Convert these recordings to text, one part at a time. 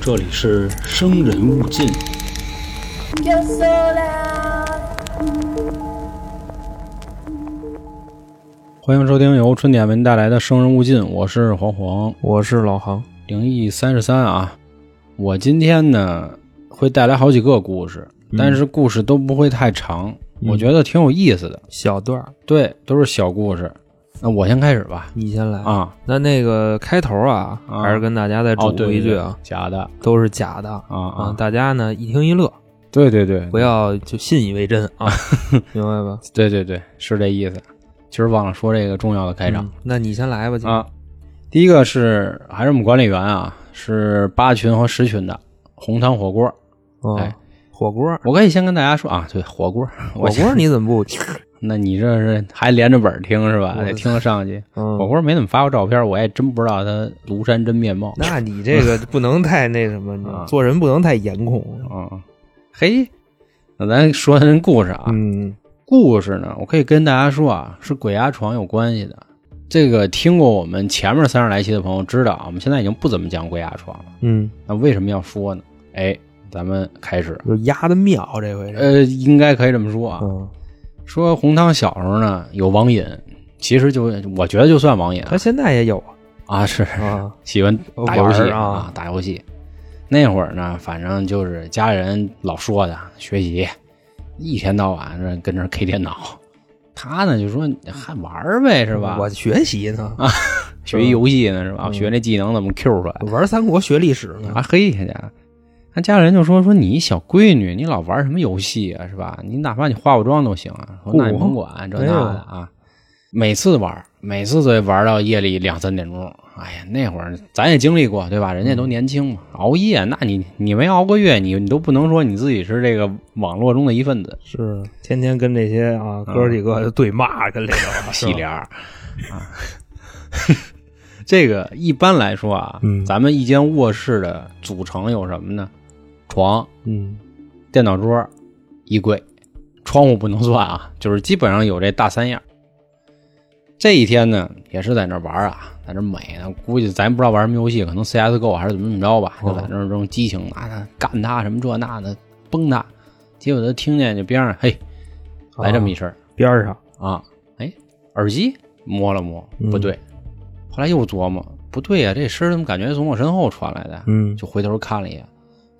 这里是生人勿近。 Yo sola, 欢迎收听由春点为您带来的《生人勿近》，我是黄黄我是老航，灵异三十三啊。我今天呢会带来好几个故事，但是故事都不会太长，我觉得挺有意思的。小段儿，对，都是小故事。那我先开始吧。你先来。啊，那那个开头啊，啊还是跟大家再嘱哦，对咐对一句对啊，，假的都是假的啊嗯啊，大家呢一听一乐，对对对不要就信以为真啊， 明白吧？对对对，是这意思。其实忘了说这个重要的开场嗯，那你先来吧，姐啊。第一个是还是我们管理员啊，是八群和十群的红汤火锅。哦哎火锅，我可以先跟大家说啊，对火锅， 火我先锅你 怎么不？那你这是还连着本儿听是吧？我得听上去。 嗯火，锅没怎么发过照片，我也真不知道他庐山真面貌。那你这个不能太那什么，啊你做人不能太颜控。嗯，嘿，那咱说咱故事啊，嗯，故事呢，我可以跟大家说啊，是鬼压床有关系的。这个听过我们前面三十来期的朋友知道啊，我们现在已经不怎么讲鬼压床了。嗯，那为什么要说呢？哎，咱们开始，就压的妙，这回是。呃，应该可以这么说啊。嗯，说红汤小时候呢有网瘾，其实就我觉得就算网瘾他现在也有啊啊，是啊，喜欢打游玩戏儿啊打游戏。那会儿呢，反正就是家人老说他学习，一天到晚这跟这儿 K 电脑。他呢就说还玩儿呗，是吧？啊我嗯学习呢，学一游戏呢，是吧？学那技能怎么 Q 出来？玩三国学历史呢。啊嘿，家家，他家人就说说你一小闺女，你老玩什么游戏啊，是吧？你哪怕你化个妆都行啊。说那你甭管这那的啊，每次玩，每次都得玩到夜里两三点钟。哎呀，那会儿咱也经历过，对吧？人嗯家都年轻嘛，熬夜，那你你没熬过夜，你你都不能说你自己是这个网络中的一份子，是天天跟这些啊哥几个对骂跟里头啊，是吧洗脸儿啊。 这个一般来说啊，嗯咱们一间卧室的组成有什么呢？床、嗯电脑桌、衣柜、窗户不能算啊， 就是基本上有这大三样。这一天呢，也是在那玩啊，在那美呢，估计咱不知道玩什么游戏，可能 CSGO 还是怎么怎么着吧，哦就在那儿这种激情啊，他干他什么这那的，崩他。结果他听见就边上嘿哦来这么一声儿边儿上，啊，哎，耳机摸了摸，嗯不对。后来又琢磨，不对呀、这声儿怎么感觉从我身后传来的？嗯就回头看了一眼，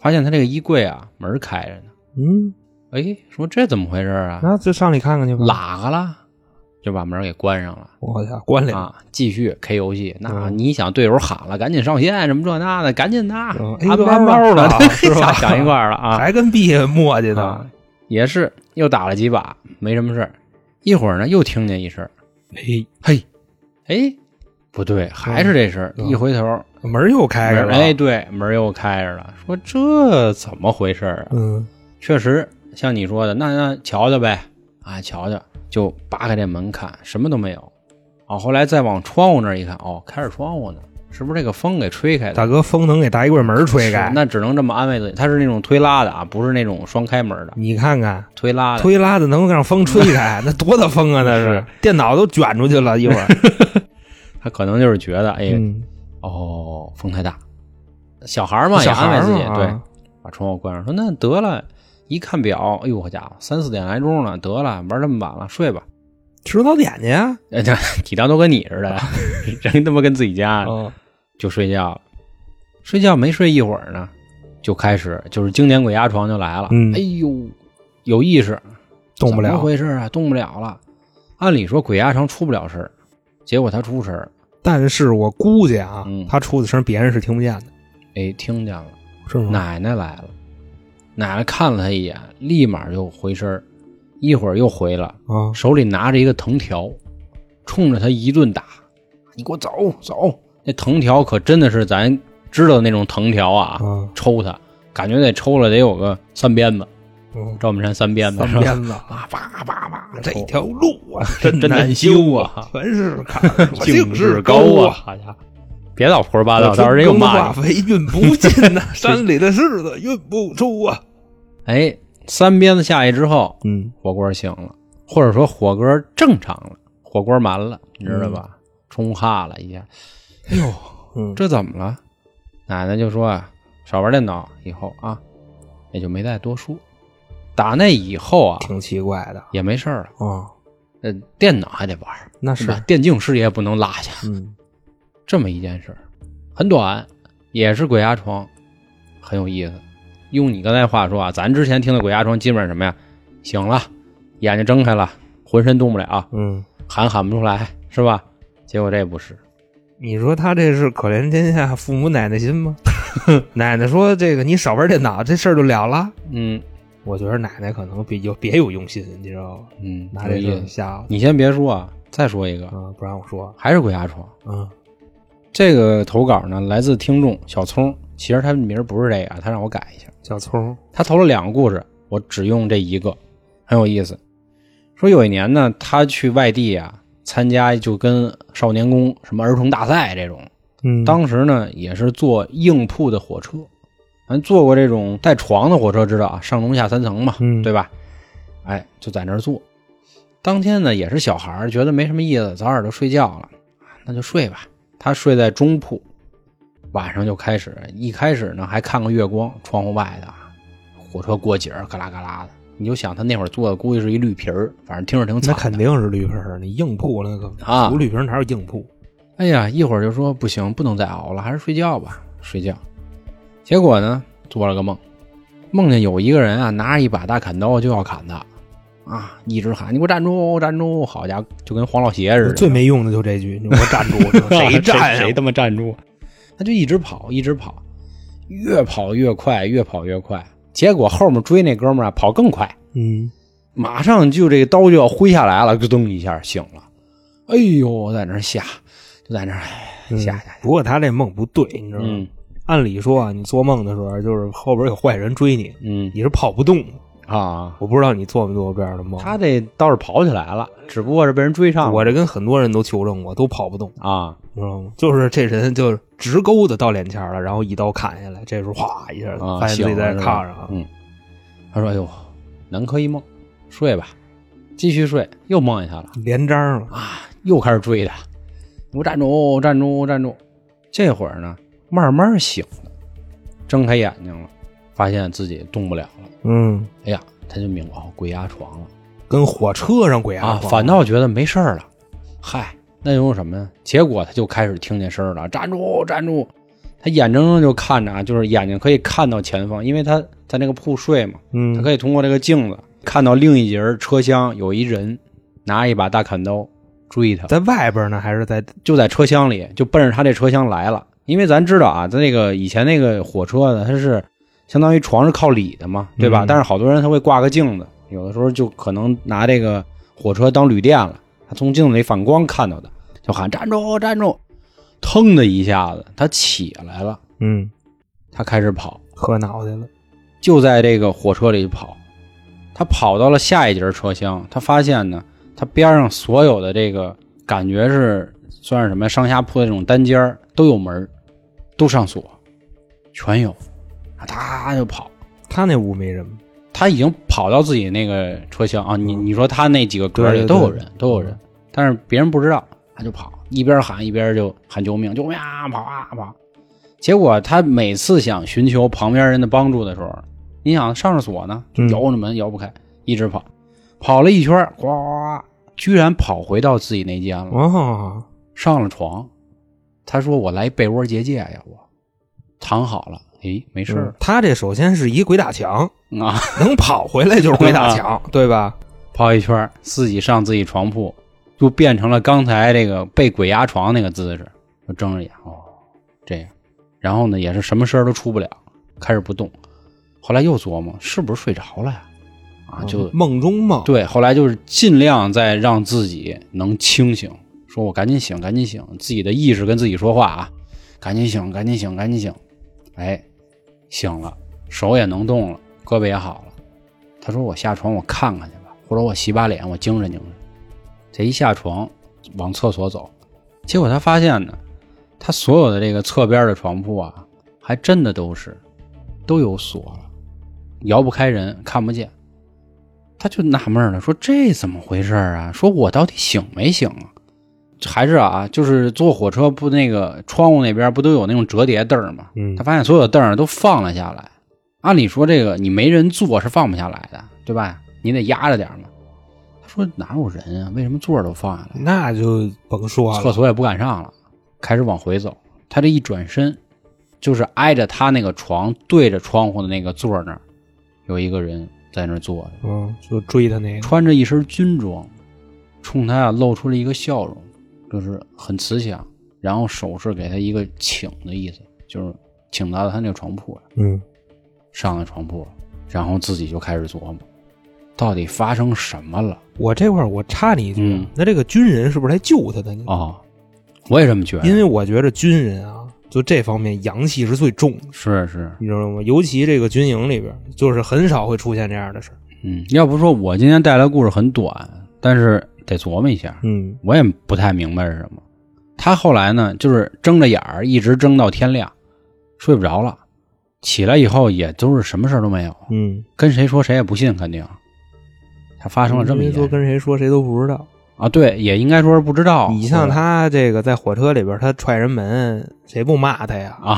发现他这个衣柜啊门儿开着呢。嗯，哎，说这怎么回事儿啊？那就上里看看去吧。，喇嘎了，就把门给关上了我去，关了。啊！继续 K 游戏，那嗯你想队友喊了，赶紧上线，什么这那的，赶紧的，嗯安哎安包安 包了对是吧想一块 儿了啊！还跟毕爷磨叽呢啊。，也是又打了几把，没什么事儿。一会儿呢，又听见一声，哎，嘿，哎，不对，还是这声儿。嗯一回头，门又开着门了。啊哎，，对，门又开着了，说这怎么回事儿啊？嗯确实像你说的，那那瞧瞧呗，啊，瞧瞧，就扒开这门看，什么都没有。哦，后来再往窗户那儿一看，哦，开着窗户呢，是不是这个风给吹开的？大哥，风能给大衣柜门吹开是？那只能这么安慰自己，它是那种推拉的啊，不是那种双开门的，你看看，推拉的。推拉的能让风吹 开，那多大风啊！那是电脑都卷出去了，一会儿。他可能就是觉得，哎，嗯，哦，风太大，小孩儿嘛也小孩安慰儿自己，嘛啊对，，把窗户关上，说那得了。一看表，哎呦，好家伙，三四点来钟了，得了，玩这么晚了，睡吧。 吃早点去啊。哎，这体量都跟你似 的，人他妈跟自己家嗯就睡觉了。睡觉没睡一会儿呢，就开始就是经典鬼压床就来了。嗯哎呦，有意识，动不了怎么回事啊？动不了了。按理说鬼压床出不了声儿，结果他出声儿，但是我估计啊嗯，他出的声别人是听不见的，哎，听见了，是吗？奶奶来了。奶奶看了他一眼，立马就回身儿，一会儿又回了，啊，手里拿着一个藤条，冲着他一顿打。你给我走走！那藤条可真的是咱知道的那种藤条啊，嗯抽他，感觉得抽了得有个三鞭子，嗯赵本山三鞭子，三是吧鞭子啊，叭叭叭，这条路啊， 真难修啊，全是坎儿， 我境是高啊高！啊呃好家伙，别老胡说八道，我到时候人又春耕骂化你。肥运不 进呐，山里的柿子运不出啊。哎，三鞭子下去之后，嗯，火锅醒了，或者说火锅正常了，火锅满了，你知道吧？冲哈了一下，哎呦，嗯这怎么了？奶奶就说啊，少玩电脑以后啊，也就没再多说。打那以后啊，挺奇怪的也没事儿了。啊，呃，电脑还得玩，那是是吧？电竞事业不能落下。嗯，这么一件事儿，很短，也是鬼压床，很有意思。用你刚才话说啊，咱之前听的鬼压床基本上什么呀？醒了，眼睛睁开了，浑身动不了，嗯，喊喊不出来，是吧？结果这不是，你说他这是可怜天下父母奶奶心 吗？奶奶说这个你少玩电脑，这事儿就了了。嗯我觉得奶奶可能比有别有用心，你知道吧？嗯，拿有这意个思。吓我你先别说啊，再说一个，啊，不让我说，还是鬼压床。嗯这个投稿呢，来自听众小聪，其实他的名儿不是这个，他让我改一下。小葱，他投了两个故事，我只用这一个，很有意思。说有一年呢，他去外地啊，参加就跟少年宫什么儿童大赛这种。嗯当时呢，也是坐硬铺的火车，咱坐过这种带床的火车，知道啊，上中下三层嘛，嗯对吧？哎，就在那儿坐。当天呢，也是小孩儿觉得没什么意思，早点就睡觉了，啊那就睡吧。他睡在中铺，晚上就开始，一开始呢还看个月光，窗户外的啊火车过节儿，嘎啦嘎啦的。你就想他那会儿坐的估计是一绿皮儿，反正听着挺那惨。肯定是绿皮儿，你硬铺那个啊不绿皮儿哪有硬铺？哎呀，一会儿就说不行，不能再熬了，还是睡觉吧，睡觉。结果呢，做了个梦，梦见有一个人啊，拿着一把大砍刀就要砍他，啊，一直喊你给我站住，站住！好家伙，就跟黄老邪似的，最没用的就这句，你给我站住！ 我说谁站谁呀？他妈站住？他就一直跑，一直跑，越跑越快，越跑越快。结果后面追那哥们儿啊，跑更快，嗯，马上就这个刀就要挥下来了，咯噔一下醒了。哎呦，我在那儿吓，就在那儿哎嗯吓吓。不过他这梦不对，你知道吗？嗯按理说啊，你做梦的时候，就是后边有坏人追你，嗯你是跑不动的。啊，我不知道你做没做过这样的梦。他这倒是跑起来了，只不过是被人追上了。我这跟很多人都求证过，都跑不动，啊，你知道吗？就是这人就是直勾的到脸前了，然后一刀砍下来，这时候哗一下啊发现自己在醒了是吧炕上啊，嗯，他说：“哎呦，南柯一梦，睡吧，继续睡。”又梦见他了连章了。啊，又开始追他，给我站住，站住，站住！这会儿呢，慢慢醒了，睁开眼睛了，发现自己动不了了。嗯，哎呀，他就明白哦，鬼压床了。跟火车上鬼啊压，床反倒觉得没事儿了。嗨，那又什么呀？结果他就开始听见声儿了，站住，站住！他眼睁睁就看着啊，就是眼睛可以看到前方，因为他在那个铺睡嘛，嗯他，可以通过这个镜子看到另一节儿车厢有一人拿一把大砍刀追他，在外边呢，还是在就在车厢里，就奔着他这车厢来了。因为咱知道啊，他那个以前那个火车呢，它是相当于床是靠里的嘛，对吧？嗯但是好多人他会挂个镜子，有的时候就可能拿这个火车当旅店了。他从镜子里反光看到的，就喊站住，站住！腾的一下子，他起来了，嗯他开始跑，磕脑袋了。就在这个火车里跑。他跑到了下一节车厢，他发现呢，他边上所有的这个感觉是算是什么呀上下铺的这种单间儿都有门儿都上锁，全有。啊，他就跑，他那屋没人吗，他已经跑到自己那个车厢啊。你嗯你说他那几个格儿里对对嗯都有对人，都有人，但是别人不知道，他就跑，一边喊一边就喊救命，救命啊，跑啊跑。结果他每次想寻求旁边人的帮助的时候，你想上着锁呢，就嗯摇着门摇不开，一直跑，跑了一圈儿，呱呱呱，居然跑回到自己那间了，哦，上了床。他说：“我来被窝结界呀，我躺好了，诶，没事儿嗯他这首先是一鬼打墙， 啊。”能跑回来就是鬼打墙，对吧？跑一圈儿，自己上自己床铺，就变成了刚才这个被鬼压床那个姿势，就睁着眼哦，这样。然后呢，也是什么声儿都出不了，开始不动。后来又琢磨，是不是睡着了呀？啊，就、梦中梦，对。后来就是尽量再让自己能清醒，说我赶紧醒，赶紧醒，自己的意识跟自己说话啊，赶紧醒，赶紧醒，赶紧醒。哎，醒了，手也能动了，胳膊也好了。他说：“我下床我看看去吧，或者我洗把脸，我精神精神。”这一下床，往厕所走，结果他发现呢，他所有的这个侧边的床铺啊，还真的都是都有锁了，摇不开人，看不见。他就纳闷了，说这怎么回事儿啊？说我到底醒没醒啊？还是啊，就是坐火车不那个窗户那边不都有那种折叠凳儿吗？嗯他，发现所有的凳儿都放了下来。按理说这个你没人坐是放不下来的，对吧？你得压着点儿嘛。他说哪有人啊？为什么座儿都放下来？那就甭说厕了，所也不敢上了，开始往回走。他这一转身，就是挨着他那个床，对着窗户的那个座儿那儿，有一个人在那儿坐着。嗯，就追他那个，穿着一身军装，冲他啊露出了一个笑容，就是很慈祥，然后手势给他一个请的意思，就是请到了他那个床铺嗯，上了床铺，然后自己就开始琢磨，到底发生什么了我这块儿我插你一句，嗯那这个军人是不是来救他的呢？哦？我也这么觉因得，为我觉着军人啊，就这方面阳气是最重的，是是，你知道吗？尤其这个军营里边，就是很少会出现这样的事儿。嗯，要不说我今天带来的故事很短，但是得琢磨一下，嗯我也不太明白是什么。他后来呢，就是睁着眼儿，一直睁到天亮，睡不着了。起来以后也都是什么事儿都没有，嗯，跟谁说谁也不信，肯定。他发生了这么一因为件说跟谁说谁都不知道。啊，对，也应该说是不知道。你像他这个在火车里边，他踹人门，谁不骂他呀？啊，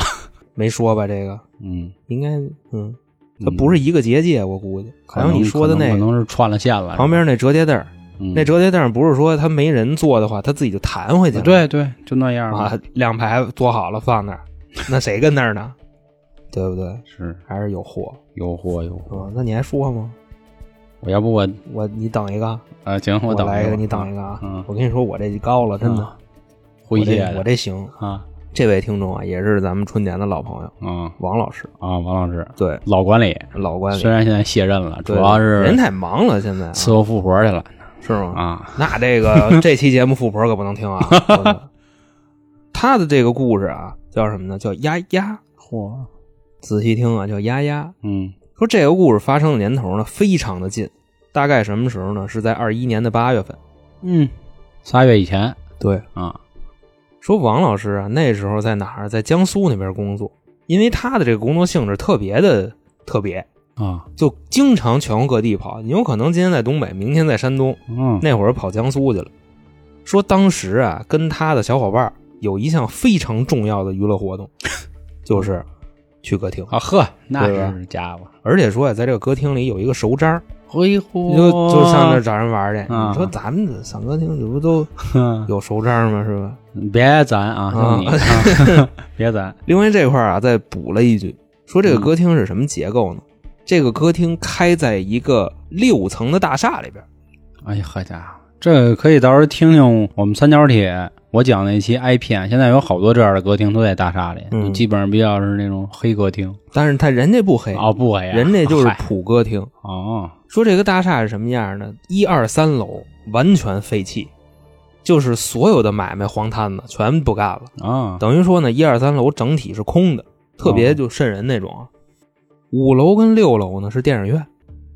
没说吧？这个嗯，应该，嗯，嗯，他不是一个结界，我估计。可好能，像你说的那可个能是串了线了。旁边那折叠凳儿，嗯那折叠凳儿不是说他没人坐的话，他自己就弹回去了。啊对对，就那样吧啊，两排坐好了放那儿，那谁跟那儿呢？ 对不对？是还是有货有货有货。啊？那你还说吗？我要不我我你等一个啊，啊，行，我等来一一会儿个，你等一个啊！嗯我跟你说，我这就高了，真的，啊诙我这谐我的这行。啊这位听众啊，也是咱们春年的老朋友啊王老师，啊，王老师对，老管理，老管理，虽然现在卸任了，主对要是人太忙了，现在啊伺候富婆去了是吗？啊。那 这个这期节目富婆可不能听啊！真的他的这个故事啊，叫什么呢？叫丫丫，嚯，仔细听啊，叫丫丫。嗯说这个故事发生的年头呢，非常的近，大概什么时候呢？是在二一年的八月份。嗯，仨月以前对，啊，说王老师啊，那时候在哪儿？在江苏那边工作，因为他的这个工作性质特别的特别，啊，就经常全国各地跑。你有可能今天在东北，明天在山东，嗯，那会儿跑江苏去了。说当时啊，跟他的小伙伴儿有一项非常重要的娱 乐活动，就是去歌厅，啊呵，那对吧是家伙，而且说呀、在这个歌厅里有一个熟章儿，挥你霍就就上那儿找人玩儿去。啊你说咱们上歌厅，这 不都哼有熟章吗？是吧？别咱啊，啊就你 啊别咱，另外这块儿啊，再补了一句，说这个歌厅是什么结构呢？这个歌厅开在一个六层的大厦里边儿，哎呀，好家伙，这可以到时候听听我们三角铁。我讲那期挨骗，现在有好多这样的歌厅都在大厦里，嗯基本上比较是那种黑歌厅但是他人家不黑，哦，不黑啊，哎人家就是嗨普歌厅。哦，说这个大厦是什么样呢？一二三楼完全废弃，就是所有的买卖黄摊子全不干了，啊，等于说呢，一二三楼整体是空的，特别就瘆人那种啊。五楼跟六楼呢是电影院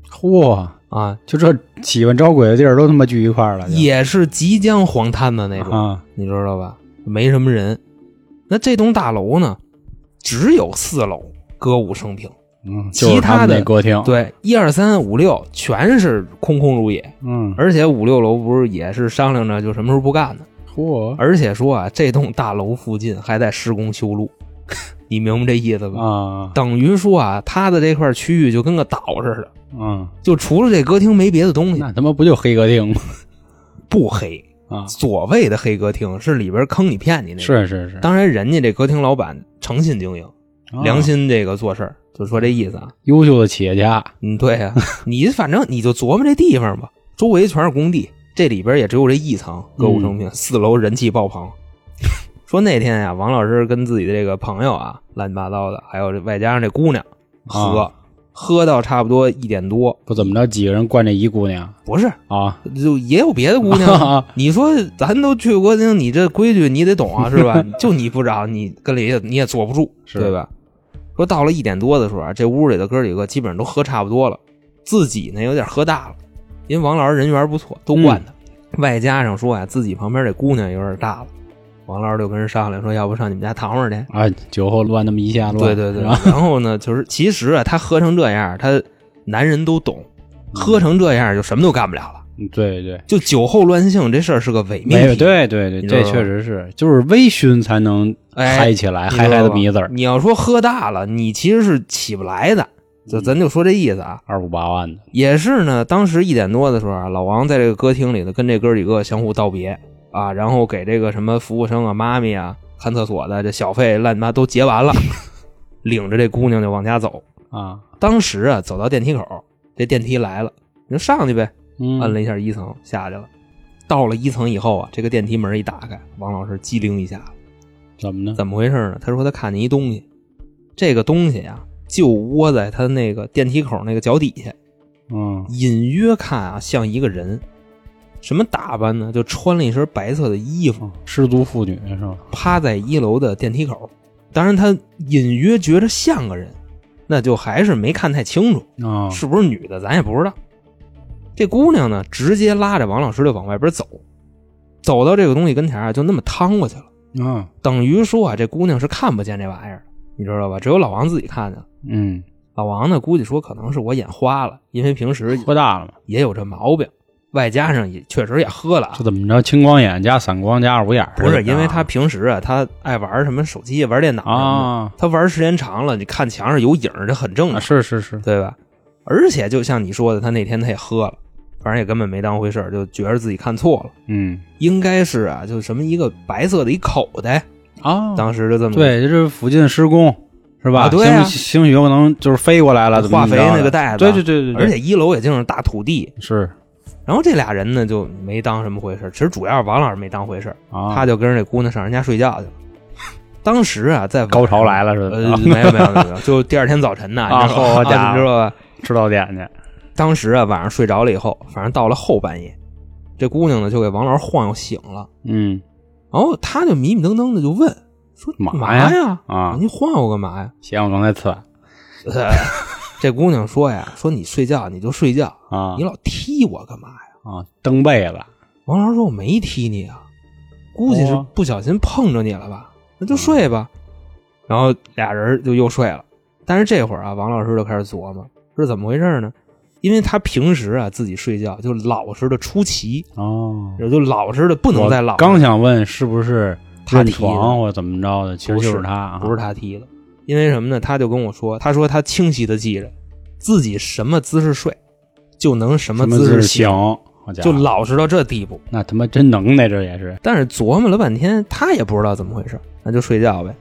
嚯，啊，就这喜欢招鬼的地儿都他妈聚一块儿了，就也是即将黄摊的那种，啊，你知道吧？没什么人。那这栋大楼呢，只有四楼歌舞升平，嗯，其就是他们的那歌厅，，对，一二三五六全是空空如也。嗯，而且五六楼不是也是商量着就什么时候不干呢？嚯而且说啊，这栋大楼附近还在施工修路， 你明白这意思吧？啊，等于说啊，他的这块区域就跟个岛似的，嗯，就除了这歌厅没别的东西，那他妈不就黑歌厅吗？不黑。啊，所谓的黑歌厅是里边坑你骗你那种。是是是，当然，人家这歌厅老板诚信经营，啊良心这个做事儿，就说这意思啊。优秀的企业家，嗯，对啊，你反正你就琢磨这地方吧，周围全是工地，这里边也只有这一层歌舞升平，四楼人气爆棚。 说那天呀、王老师跟自己的这个朋友啊，乱七八糟的，还有这外加上这姑娘喝，啊喝到差不多一点多，不怎么着，几个人惯这一姑娘不是，啊，就也有别的姑娘。 你说咱都去歌厅，你这规矩你得懂啊，是吧？就你不长，你跟里也你也坐不住， 是对吧？说到了一点多的时候啊，这屋里的哥几个基本上都喝差不多了，自己呢有点喝大了，因为王老师人缘不错，都惯他，嗯外加上说啊自己旁边这姑娘有点大了，王老师就跟人商量说，要不上你们家躺会儿去？啊，酒后乱那么一下对乱，对对，是吧 然后呢，就是嗯其实啊，他喝成这样，他男人都懂，喝成这样就什么都干不了了。对对，就酒后乱性这事儿是个伪没命有，题，对对对，你知道这吧确实是，就是微醺才能哎嗨起来，你嗨知嗨道的吧迷子儿，你要说喝大了，你其实是起不来的，嗯就咱就说这意思啊。二五八万的，也是呢，当时一点多的时候啊，老王在这个歌厅里呢，跟这哥几个相互道别啊，然后给这个什么服务生啊、妈咪啊、看厕所的这小费乱七八都结完了，领着这姑娘就往家走。啊，当时啊，走到电梯口，这电梯来了，你就上去呗，嗯，摁了一下一层，下去了。到了一层以后啊，这个电梯门一打开，王老师机灵一下，怎么呢？怎么回事呢？他说他看见一东西，这个东西啊，就窝在他那个电梯口那个脚底下。嗯隐约看啊，像一个人，什么打扮呢？就穿了一身白色的衣服，嗯，失足妇女是吧？趴在一楼的电梯口。当然，他隐约觉着像个人，那就还是没看太清楚，啊，是不是女的咱也不知道。这姑娘呢，直接拉着王老师就往外边走，走到这个东西跟前啊，就那么趟过去了。嗯等于说啊，这姑娘是看不见这玩意儿的，你知道吧？只有老王自己看见了。嗯，老王呢，估计说可能是我眼花了，因为平时喝大了嘛，也有这毛病，外加上也确实也喝了啊这，怎么着？青光眼加散光加二五眼儿，不这是个因为他平时啊，他爱玩什么手机、玩电脑什么啊的，他玩时间长了，你看墙上有影儿，这很正啊，常，是是是，对吧？而且就像你说的，他那天他也喝了，反正也根本没当回事儿，就觉得自己看错了，嗯应该是啊，就什么一个白色的一口袋，啊，当时就这么对，这是附近施工是吧？啊对啊兴许兴许有可能就是飞过来了，怎么化怎么肥着的那个袋子，对啊对对对，对而且一楼也就是大土地，是然后这俩人呢就没当什么回事儿，其实主要是王老师没当回事儿，啊，他就跟着这姑娘上人家睡觉去了。当时啊，在晚上高潮来了似的呃，，没有没有没有，就第二天早晨呐，啊你知道好吧家伙啊你知道吧？ 吃到点去，当时啊，晚上睡着了以后，反正到了后半夜，这姑娘呢就给王老师晃悠醒了，嗯然后他就迷迷瞪瞪的就问说：“嘛嘛呀呀？啊，你晃悠干嘛呀 嫌我刚才刺？”这姑娘说呀：“说你睡觉你就睡觉，啊你老踢我干嘛呀啊，蹬被子，？”王老师说：“我没踢你啊，估计是哦不小心碰着你了吧？那就睡吧。”然后俩人就又睡了。但是这会儿啊，王老师就开始琢磨，是怎么回事呢？因为他平时啊自己睡觉就老实的出奇，哦，也就老实的不能再老我。刚想问是不是他认踢的床或者怎么着的，其实不就是他啊，不是他踢的，因为什么呢？他就跟我说，他说他清晰的记着自己什么姿势睡，就能什么什么姿字势行醒，，好家伙就老实到这地步。那他妈真能耐，这也是但是琢磨了半天，他也不知道怎么回事，那就睡觉呗。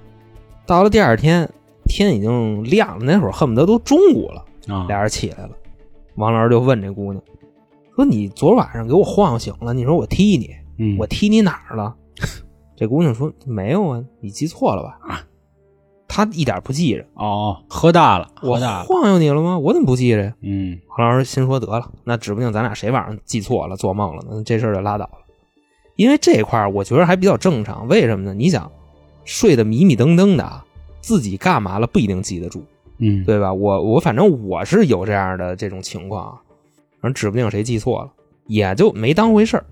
到了第二天，天已经亮了，那会儿恨不得都中午了。啊，俩人起来了，王老师就问这姑娘说：“你昨晚上给我晃悠醒了，你说我踢你，嗯我踢你哪儿了？” 这姑娘说：“没有啊，你记错了吧？”她一点不记着，哦，喝大了，我喝大了，晃悠你了吗？我怎么不记着呀？嗯王老师心说：“得了，那指不定咱俩谁晚上记错了，做梦了呢，那这事儿就拉倒了。”因为这块儿我觉得还比较正常，为什么呢？你想，睡得迷迷瞪瞪的啊，自己干嘛了不一定记得住。嗯，对吧？我我反正我是有这样的这种情况，啊，反正指不定谁记错了，也就没当回事儿。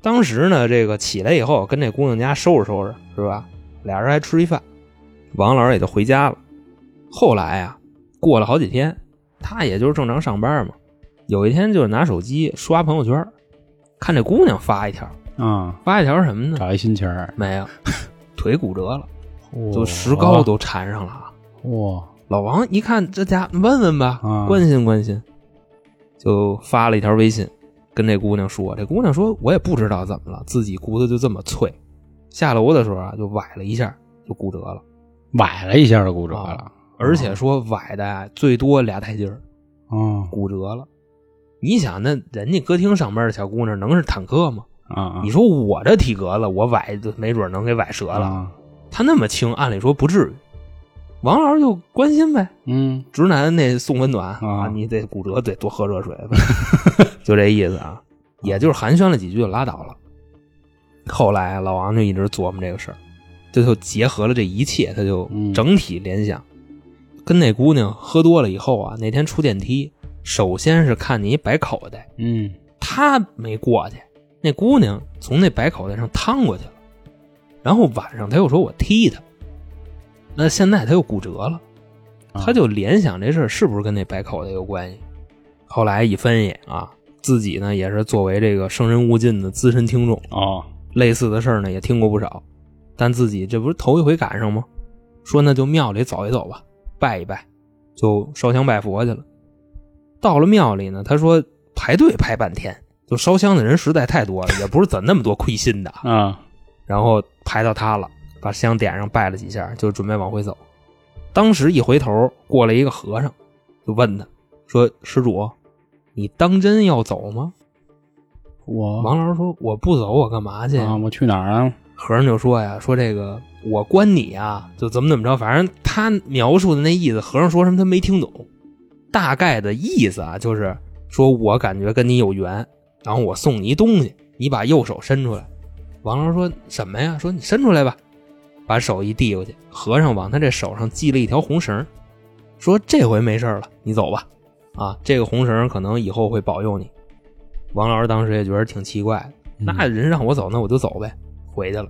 当时呢，这个起来以后跟这姑娘家收拾收拾，是吧？俩人还吃一饭，王老师也就回家了。后来啊，过了好几天，他也就是正常上班嘛。有一天就是拿手机刷朋友圈，看这姑娘发一条，啊，发一条什么呢？找一新钱儿，没有，腿骨折了，哇就石膏都缠上了啊。哇，老王一看这家，问问吧，啊关心关心，就发了一条微信，跟这姑娘说。这姑娘说：“我也不知道怎么了，自己骨头就这么脆，下楼的时候啊就崴了一下，就骨折了，啊崴了一下就骨折了，而且说崴的啊最多俩台阶儿，哦骨折了。”你想，那人家歌厅上班的小姑娘能是坦克吗？啊啊，你说我这体格子，我崴就没准能给崴折了。啊，她那么轻，按理说不至于。王老师就关心呗，嗯直男那送温暖啊你得骨折得多喝热水， 就这意思啊，也就是寒暄了几句就拉倒了。后来老王就一直琢磨这个事儿，这就结合了这一切，他就嗯整体联想。跟那姑娘喝多了以后啊，那天出电梯，首先是看见一白口袋，嗯，他没过去，那姑娘从那白口袋上趟过去了，然后晚上他又说我踢他，那现在他又骨折了。啊他就联想这事儿是不是跟那白口袋有关系？后来一分析啊，自己呢也是作为这个生人勿近的资深听众，哦，类似的事儿呢也听过不少，但自己这不是头一回赶上吗？说那就庙里走一走吧，拜一拜，就烧香拜佛去了。到了庙里呢，他说排队排半天，就烧香的人实在太多了，也不是怎那么多亏心的啊。啊，然后排到他了，把香点上，拜了几下，就准备往回走。当时一回头，过来一个和尚，就问他说：“施主，你当真要走吗我？”王老师说：“我不走，我干嘛去？”啊啊，我去哪儿啊？和尚就说呀：“说这个我关你啊，就怎么怎么着，反正他描述的那意思，和尚说什么他没听懂，大概的意思啊，就是说我感觉跟你有缘，然后我送你一东西，你把右手伸出来。”王老师说什么呀？说你伸出来吧，把手一递过去，和尚往他这手上系了一条红绳儿，说这回没事儿了，你走吧。啊，这个红绳儿可能以后会保佑你。王老师当时也觉得挺奇怪的，那人让我走，那我就走呗，回去了。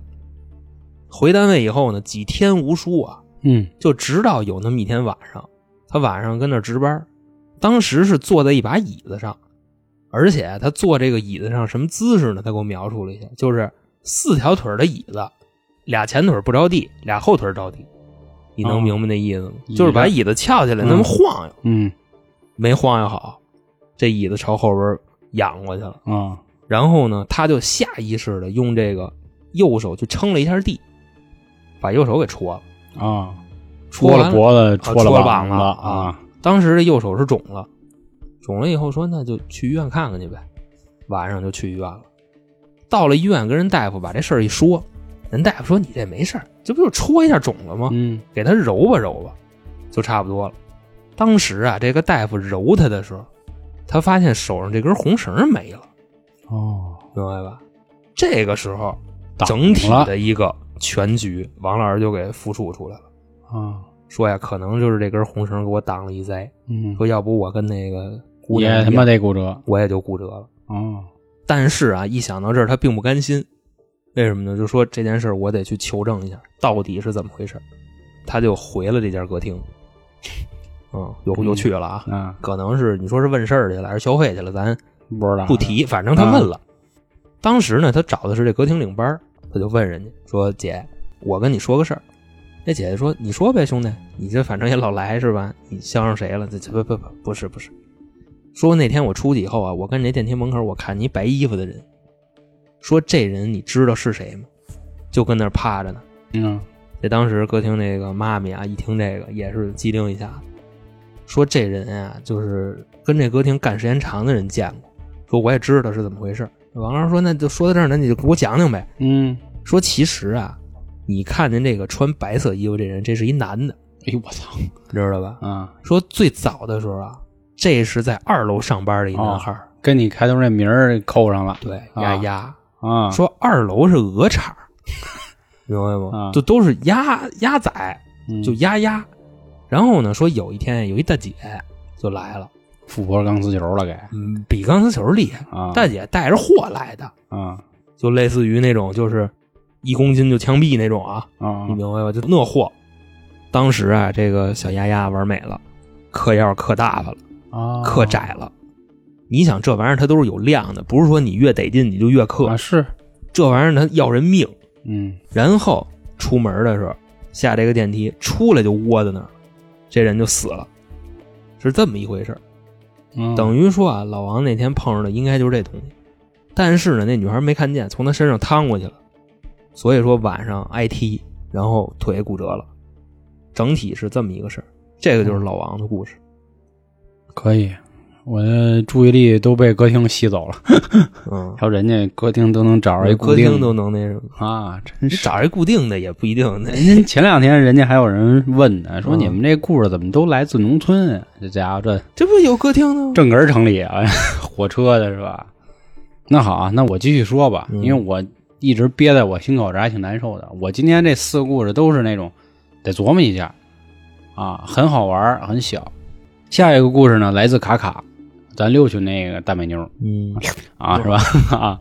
回单位以后呢，几天无书啊，嗯就直到有那么一天晚上，他晚上跟那儿值班，当时是坐在一把椅子上，而且他坐这个椅子上什么姿势呢？他给我描述了一下，就是四条腿儿的椅子，俩前腿儿不着地，俩后腿儿着地。你哦能明白那意思吗？椅子就是把椅子翘起来，嗯那么晃悠，嗯没晃悠好，这椅子朝后边仰过去了。啊然后呢，他就下意识的用这个右手去撑了一下地，把右手给戳了，啊，戳戳了完脖子，戳了了膀膀子子啊！当时这右手是肿了，肿了以后说那就去医院看看去呗。晚上就去医院了。到了医院跟人大夫把这事儿一说，人大夫说你这没事儿，这不就戳一下肿了吗？嗯给他揉吧揉吧，就差不多了。当时啊，这个大夫揉他的时候，他发现手上这根红绳儿没了，哦，明白吧？这个时候，挡整体了的一个全局，王老师就给复述出来了，啊，说呀，可能就是这根红绳给我挡了一灾。嗯，说要不我跟那个姑娘也一他样妈得骨折我也就骨折了。哦，但是啊，一想到这儿，他并不甘心，为什么呢？就说这件事儿我得去求证一下，到底是怎么回事儿。他就回了这家歌厅，嗯，又又去了啊。啊，可能是你说是问事儿去了，还是消费去了，咱不知道不提。反正他问了。当时呢，他找的是这歌厅领班儿，他就问人家说：“姐，我跟你说个事儿。”那姐姐说：“你说呗，兄弟，你这反正也老来是吧？你相上谁了？这这不不不，不是不是。说那天我出去以后啊，我跟那电梯门口我看你白衣服的人，说这人你知道是谁吗？就跟那儿趴着呢。嗯这当时歌厅那个妈咪啊，一听这个也是机灵一下，说这人啊，就是跟这歌厅干时间长的人见过，说我也知道是怎么回事。王老师说那就说到这儿，那你就给我讲讲呗。嗯，说其实啊，你看见这个穿白色衣服这人，这是一男的，哎呦我操知道吧？啊！说最早的时候啊，这是在二楼上班的一男孩儿，跟你开头那名儿扣上了对，啊丫丫、啊，说二楼是鹅厂儿，明白吗？啊就都是鸭鸭仔，嗯就丫丫。然后呢，说有一天有一大姐就来了，富婆钢丝球了给嗯，比钢丝球厉害。啊大姐带着货来的，啊就类似于那种就是一公斤就枪毙那种啊，啊你明白吧？就那货。当时啊，这个小丫丫玩美了，嗑药嗑大发了，啊，嗑窄了。你想这玩意儿它都是有量的，不是说你越得劲你就越嗑，啊是这玩意儿它要人命。嗯然后出门的时候下这个电梯，出来就窝在那儿，这人就死了，是这么一回事儿。嗯等于说啊，老王那天碰上的应该就是这东西，但是呢，那女孩没看见，从他身上趟过去了，所以说晚上挨踢，然后腿骨折了，整体是这么一个事儿。这个就是老王的故事。可以，我的注意力都被歌厅吸走了，嗯，瞧人家歌厅都能找着一固歌厅定都能那什么，啊，真你是。找一固定的也不一定。那人家前两天人家还有人问呢，说嗯你们这故事怎么都来自农村啊？这家伙这这不有歌厅呢吗？ 正根儿城里啊，火车的是吧？那好啊，那我继续说吧，嗯因为我一直憋在我心口这还挺难受的。我今天这四个故事都是那种得琢磨一下啊，很好玩儿，很小。下一个故事呢，来自卡卡，咱六群那个大美妞儿嗯啊，嗯是吧？ 啊，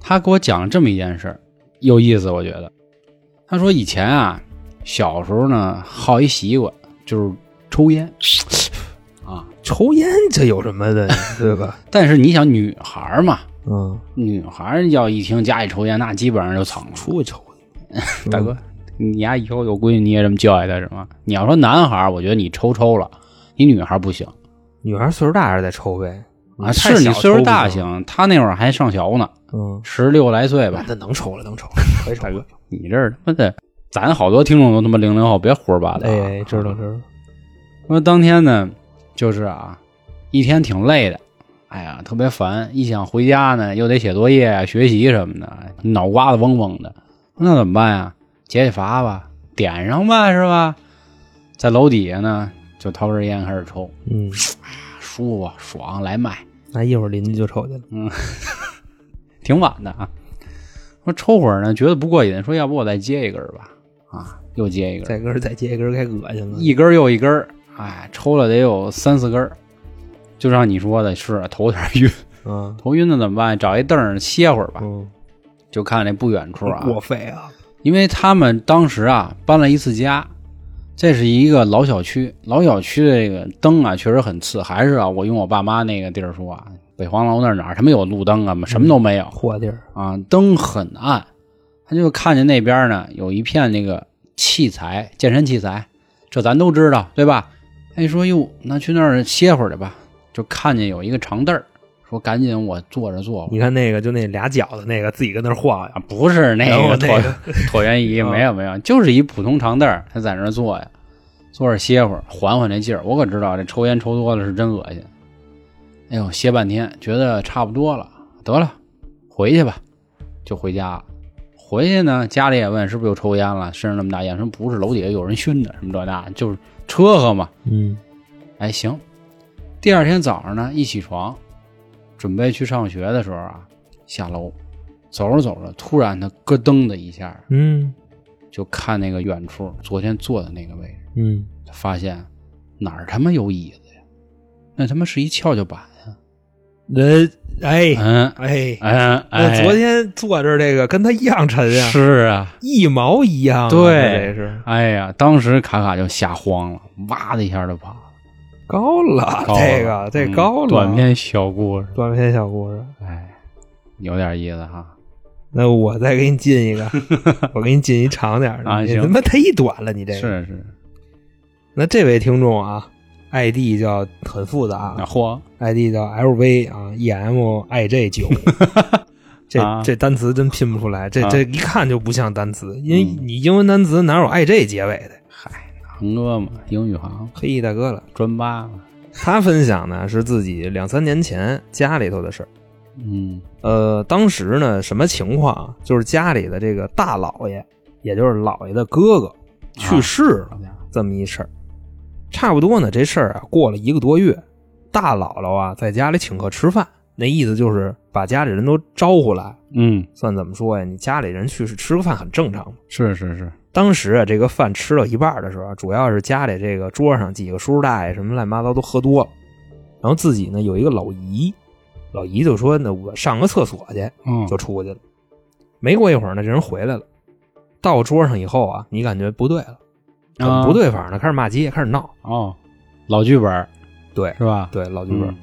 他给我讲了这么一件事儿，有意思，我觉得。他说以前啊，小时候呢，好一习惯就是抽烟啊， 抽烟这有什么的，对吧？但是你想，女孩儿嘛，嗯，女孩儿要一听家里抽烟，那基本上就惨了。出 去抽嗯去，大哥，你家以后有闺女，你也这么教育她是吗？你要说男孩儿，我觉得你抽抽了，你女孩儿不行女孩岁数大点再抽呗。啊。太是小你岁数抽不大成，行，她那会儿还上学呢，嗯，十六来岁吧。那能抽了，能抽了，可以抽了。你这儿他妈的，咱好多听众都他妈零零后，别胡说八道啊。哎，知道知道，那么当天呢，就是啊，一天挺累的，哎呀，特别烦。一想回家呢，又得写作业啊、学习什么的，脑瓜子嗡嗡的。那怎么办呀？解解乏吧，点上吧，是吧？在楼底下呢，就掏根烟开始抽，嗯，舒服爽，来麦， 那一会儿邻居就抽去了，挺晚的啊。说抽会儿呢，觉得不过瘾，说要不我再接一根儿吧？啊，又接一根儿，再根儿再接一根儿，该恶心了。一根儿又一根儿，哎，抽了得有三四根儿，就像你说的是头有点晕。嗯头晕了怎么办？找一凳儿歇会儿吧。嗯，就看那不远处啊，过肺啊，因为他们当时啊搬了一次家，这是一个老小区，老小区的这个灯啊确实很次。还是啊，我用我爸妈那个地儿说啊，北黄楼那儿哪儿他妈有路灯啊，什么都没有、破地儿，啊，灯很暗。他就看见那边呢有一片那个器材，健身器材，这咱都知道对吧？哎，说哟，那去那儿歇会儿去吧。就看见有一个长凳儿，说赶紧我坐着坐会儿。你看那个就那俩脚的那个，自己跟那儿晃啊呀，，不是那然后个那椭个椭圆仪， 啊没有没有，就是一普通长凳儿，他在那儿坐呀，坐着歇会儿，缓缓这劲儿。我可知道这抽烟抽多了是真恶心。哎呦，歇半天，觉得差不多了，得了，回去吧，就回家了。回去呢，家里也问是不是又抽烟了，身上那么大烟，说不是，楼底下有人熏的，什么这那，就是车和嘛。嗯，哎，行。第二天早上呢，一起床，准备去上学的时候啊，下楼，走着走着，突然他咯噔的一下，嗯就看那个远处昨天坐的那个位置，嗯，他发现哪儿他妈有椅子呀？那他妈是一跷跷板呀！人哎嗯哎，嗯，哎那昨天坐这儿这个跟他一样沉啊，是啊，一毛一样啊，对这是哎呀，当时卡卡就吓慌了，哇的一下就跑了。高了，高了这个这嗯高了，短篇小故事，短篇小故事。哎，有点意思哈。那我再给你进一 个，我给你进一长点儿的，啊你行他妈忒短了，你这个。是是，那这位听众啊，ID 叫很复杂啊那嚯， ，ID 叫 LV 啊 ，EMIJ 九，这、啊这单词真拼不出来，这、啊这一看就不像单词，因为嗯你英文单词哪有 IJ 结尾的？航哥嘛，英语行嘿，大哥了，专八嘛，他分享呢是自己两三年前家里头的事儿。嗯呃，当时呢什么情况啊？就是家里的这个大老爷，也就是老爷的哥哥去世了，好家伙这么一事儿。差不多呢，这事儿啊过了一个多月，大姥姥啊在家里请客吃饭，那意思就是把家里人都招呼来，嗯，算怎么说呀？你家里人去世吃个饭很正常嘛。是是是，当时啊，这个饭吃到一半儿的时候啊，主要是家里这个桌上几个叔叔大爷什么乱七八糟都喝多了，然后自己呢有一个老姨，老姨就说呢我上个厕所去，嗯就出去了。没过一会儿呢，这人回来了，到桌上以后啊，你感觉不对了，怎么啊不对法呢？开始骂街，开始闹。哦，老剧本儿对是吧？嗯对，老老剧本，嗯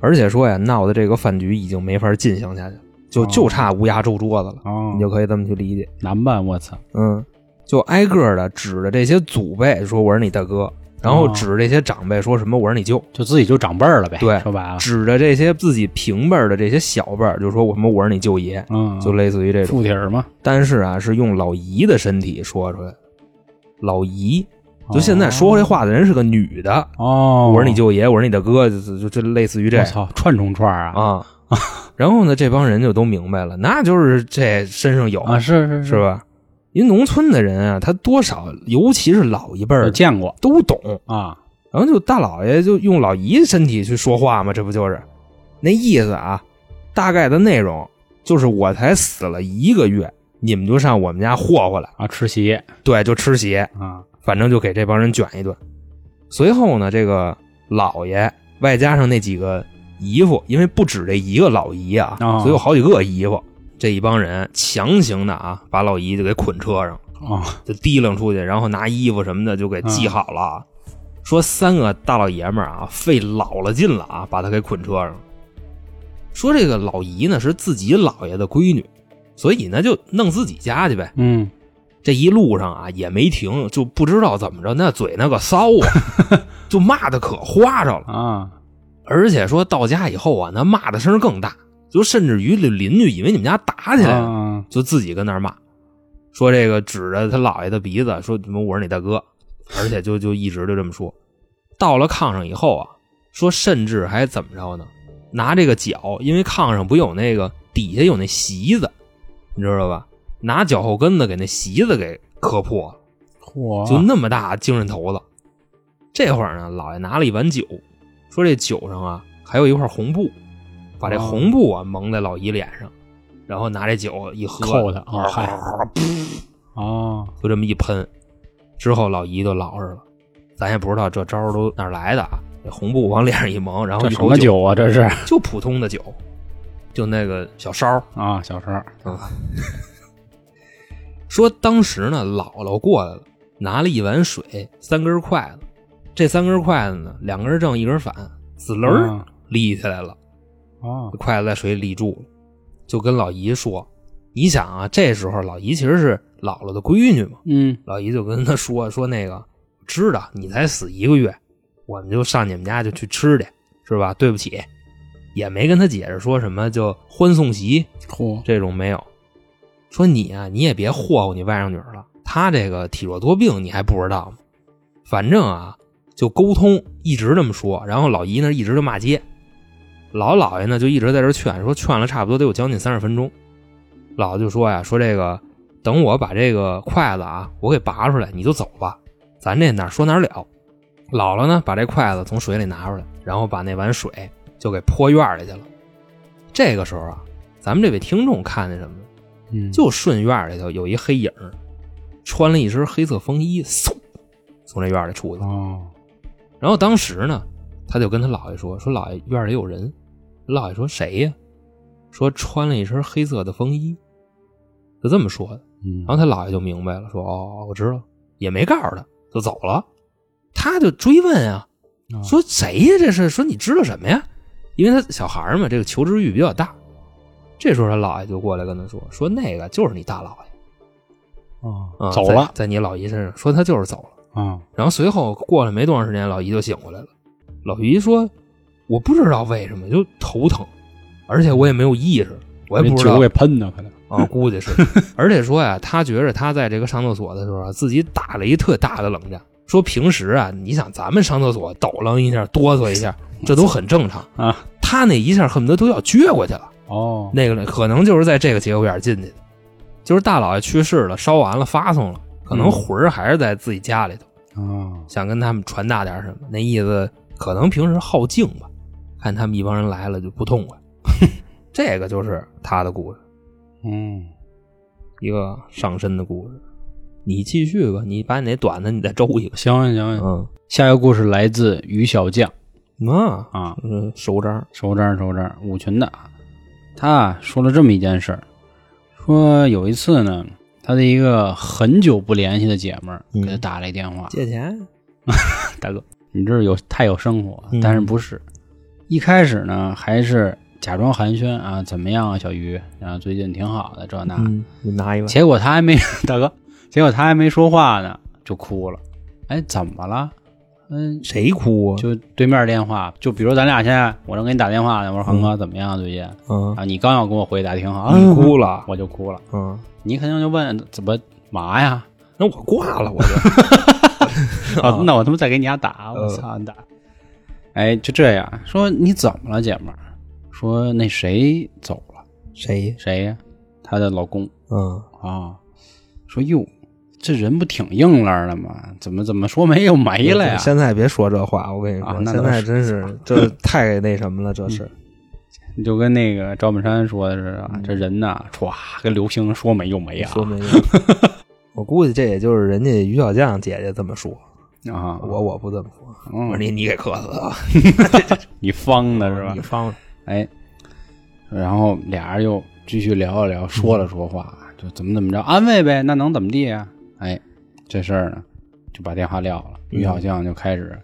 而且说呀，闹的这个饭局已经没法进行下去了，就哦就差乌鸦周桌子了，哦，你就可以这么去理解。难办，我操，嗯，就挨个的指着这些祖辈说我是你大哥，然后哦指着这些长辈说什么我是你舅，就自己就长辈儿了呗，对说白了，指着这些自己平辈儿的这些小辈儿就说我什么我是你舅爷，嗯，就类似于这种。附体儿嘛，但是啊，是用老姨的身体说出来的。老姨，就现在说这话的人是个女的，哦，我是你舅爷，我是你的哥，就就就就类似于这我操，串重串儿啊啊。然后呢，这帮人就都明白了，那就是这身上有，啊，是是是，吧？因为农村的人啊，他多少，尤其是老一辈有儿呃见过都懂。啊，然后就大老爷就用老姨身体去说话嘛，这不就是那意思啊？大概的内容就是我才死了一个月，你们就上我们家霍霍来。啊，吃席对，就吃血，啊，反正就给这帮人卷一顿。随后呢，这个老爷外加上那几个姨夫，因为不止这一个老姨啊，哦所以有好几个姨夫，这一帮人强行的啊，把老姨就给捆车上，哦，就提楞出去，然后拿衣服什么的就给系好了啊。说三个大老爷们儿啊，费老了劲了啊，把他给捆车上了。说这个老姨呢是自己姥爷的闺女，所以呢就弄自己家去呗。嗯，这一路上啊也没停，就不知道怎么着，那嘴那个骚啊，就骂的可花着了。啊，而且说到家以后啊，那骂的声儿更大，就甚至于邻居以为你们家打起来了，啊就自己跟那儿骂，说这个指着他姥爷的鼻子说：“怎么我是你大哥？”而且就就一直就这么说。到了炕上以后啊，说甚至还怎么着呢？拿这个脚，因为炕上不有那个底下有那席子，你知道吧？拿脚后跟子给那席子给磕破了。嚯，就那么大精神头子。这会儿呢，老爷拿了一碗酒，说这酒上啊还有一块红布，把这哦红布啊蒙在老姨脸上，然后拿这酒一喝，扣他啊， 嗨，哦，就这么一喷，之后老姨就老实了。咱也不知道这招儿都哪儿来的啊，这红布往脸上一蒙，然后这一什口么酒啊？这是就普通的酒，就那个小烧儿啊，小声儿啊。说当时呢，姥姥过来了，拿了一碗水，三根筷子。这三根筷子呢，两根正，一根反，滋楞儿嗯立起来了，哦，筷子在水里立住了，就跟老姨说：“你想啊，这时候老姨其实是姥姥的闺女嘛。”嗯，老姨就跟他说：“说那个，知道你才死一个月，我们就上你们家就去吃去，是吧？对不起，也没跟他解释说什么就欢送席嚯，这种没有。说你啊，你也别霍霍你外甥女儿了，她这个体弱多病，你还不知道吗？反正啊，就沟通，一直这么说。然后老姨呢，一直就骂街，老姥爷呢就一直在这劝，说劝了差不多得有将近三十分钟。姥姥就说呀，说这个等我把这个筷子啊，我给拔出来，你就走吧，咱这哪说哪了。姥姥呢，把这筷子从水里拿出来，然后把那碗水就给泼院儿里去了。这个时候啊，咱们这位听众看见什么呢？嗯，就顺院儿里头有一黑影儿，穿了一身黑色风衣，嗖，从这院儿里出去了。哦，然后当时呢，他就跟他姥爷说：“说姥爷，院儿里有人。”姥爷说：“谁呀？”说穿了一身黑色的风衣，就这么说的。嗯，然后他姥爷就明白了，说：“哦，我知道。”也没告诉他，就走了。他就追问啊，啊说谁呀？这是说你知道什么呀？因为他小孩儿嘛，这个求知欲比较大。这时候他姥爷就过来跟他说：“说那个就是你大姥爷，哦啊，走了在，在你老姨身上。”说他就是走了。啊，然后随后过了没多长时间，老姨就醒过来了。老姨说：“我不知道为什么就头疼，而且我也没有意识，我也被不知道酒给喷的，可能啊，估计是。 而且说呀，他觉着他在这个上厕所的时候啊，自己打了一特大的冷战。说平时啊，你想咱们上厕所抖楞一下、哆嗦一下，这都很正常啊。他那一下恨不得都要撅过去了。哦，那个人可能就是在这个节骨眼儿进去的，就是大姥爷去世了，烧完了发送了，可能嗯魂儿还是在自己家里头，啊，想跟他们传达点什么。那意思可能平时好静吧，看他们一帮人来了就 不痛快。这个就是他的故事。嗯，一个上身的故事。你继续吧，你把你那短的你再周一个。行行行，嗯，下一个故事来自于小将那啊，嗯，手章收账收账，五群的啊，他啊说了这么一件事儿，说有一次呢，他的一个很久不联系的姐们儿给他嗯打了一电话，借钱，啊大哥，你这是有太有生活嗯，但是不是？一开始呢，还是假装寒暄啊，怎么样啊，小鱼啊，最近挺好的，这那。嗯，你拿一万，结果他还没大哥，结果他还没说话呢，就哭了。哎，怎么了？嗯，谁哭啊？就对面电话，就比如咱俩现在，我正给你打电话呢，我说恒哥怎么样啊最近啊？嗯，你刚要跟我回答挺好，你嗯哭了，我就哭了。嗯，你肯定就问怎么嘛呀？那我挂了，我 就，啊，那我他妈再给你俩打，我操你打！哎，就这样说，你怎么了，姐们儿？说那谁走了？谁？谁呀？她的老公嗯啊。说哟，这人不挺硬朗的吗？怎么怎么说没有 没了呀？现在别说这话，我跟你啊说，那现倒在是嗯真 是这太那什么了，这是就跟那个赵本山说的似的，啊这人呐，歘，跟流星说没就没啊嗯说 没用。我估计这也就是人家于小将姐姐这么说，啊！我我不这么说。我说嗯，你你给磕死了，你方的是吧你？方了，哎，然后俩人又继续聊了啊聊，说了说话，就怎么怎么着，安慰呗，那能怎么地啊？哎，这事儿呢，就把电话撂了。于小将就开始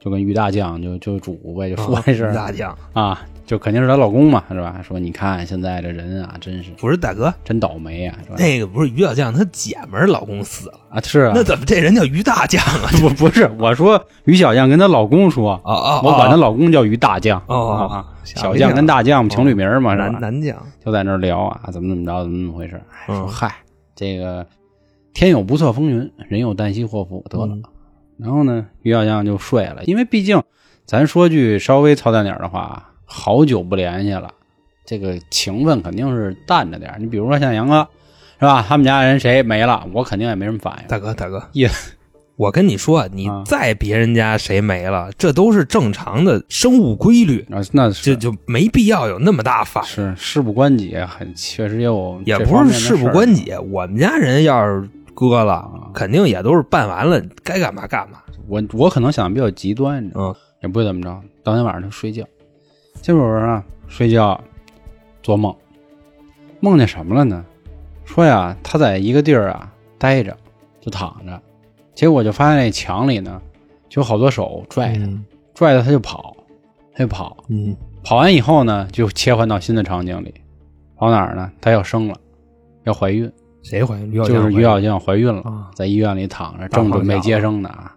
就跟于大将就就煮呗，就说这事儿大将啊，就肯定是她老公嘛，是吧？说你看现在这人啊，真是不是大哥，真倒霉啊，是吧？那个不是于大将，他姐们儿老公死了，啊，是啊哎那，怎么这人叫于大将啊？不不是，我说于小将跟她老公说，哦哦，我管她哦老公叫于大将，哦哦啊哦啊，吓我小一跳哦将跟大将情侣名儿嘛，是男吧？男将，就在那儿聊啊，怎么怎么着，怎么怎么回事？哎说嗯嗨，这个天有不测风云，人有旦夕祸福，得了嗯。然后呢，于小将就睡了，因为毕竟咱说句稍微操蛋点儿的话，好久不联系了，这个情分肯定是淡着点儿。你比如说像杨哥，是吧？他们家人谁没了，我肯定也没什么反应。大哥大哥也我跟你说，你啊在别人家谁没了，这都是正常的生物规律，啊，那是这就没必要有那么大反应。是事不关己，很确实也有也这不方是面的事事不儿关己，我们家人要是割啊了，肯定也都是办完了，该干嘛干嘛。我我可能想的比较极端，你知道吗嗯，也不会怎么着。当天晚上就睡觉，结果啊，睡觉做梦，梦见什么了呢？说呀，他在一个地儿啊待着，就躺着，结果就发现那墙里呢，就有好多手拽他，拽着他就跑，他就跑，嗯跑完以后呢，就切换到新的场景里，跑哪儿呢？她要生了，要怀孕，谁怀孕？就是于小将怀孕了，啊在医院里躺着，大胖正准备接生呢啊，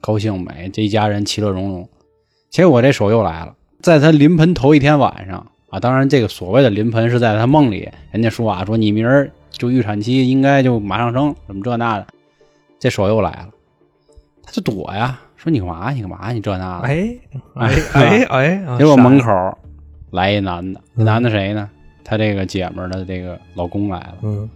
高兴美，这一家人其乐融融。结果这手又来了，在他临盆头一天晚上啊，当然这个所谓的临盆是在他梦里，人家说啊，说你明儿就预产期，应该就马上生，什么这那的，这手又来了，他就躲呀，说你干嘛？你干嘛？你这那的。哎 哎哎哎，啊结果门傻嗯口来一男的，那男的谁呢？他这个姐们儿的这个老公来了，嗯，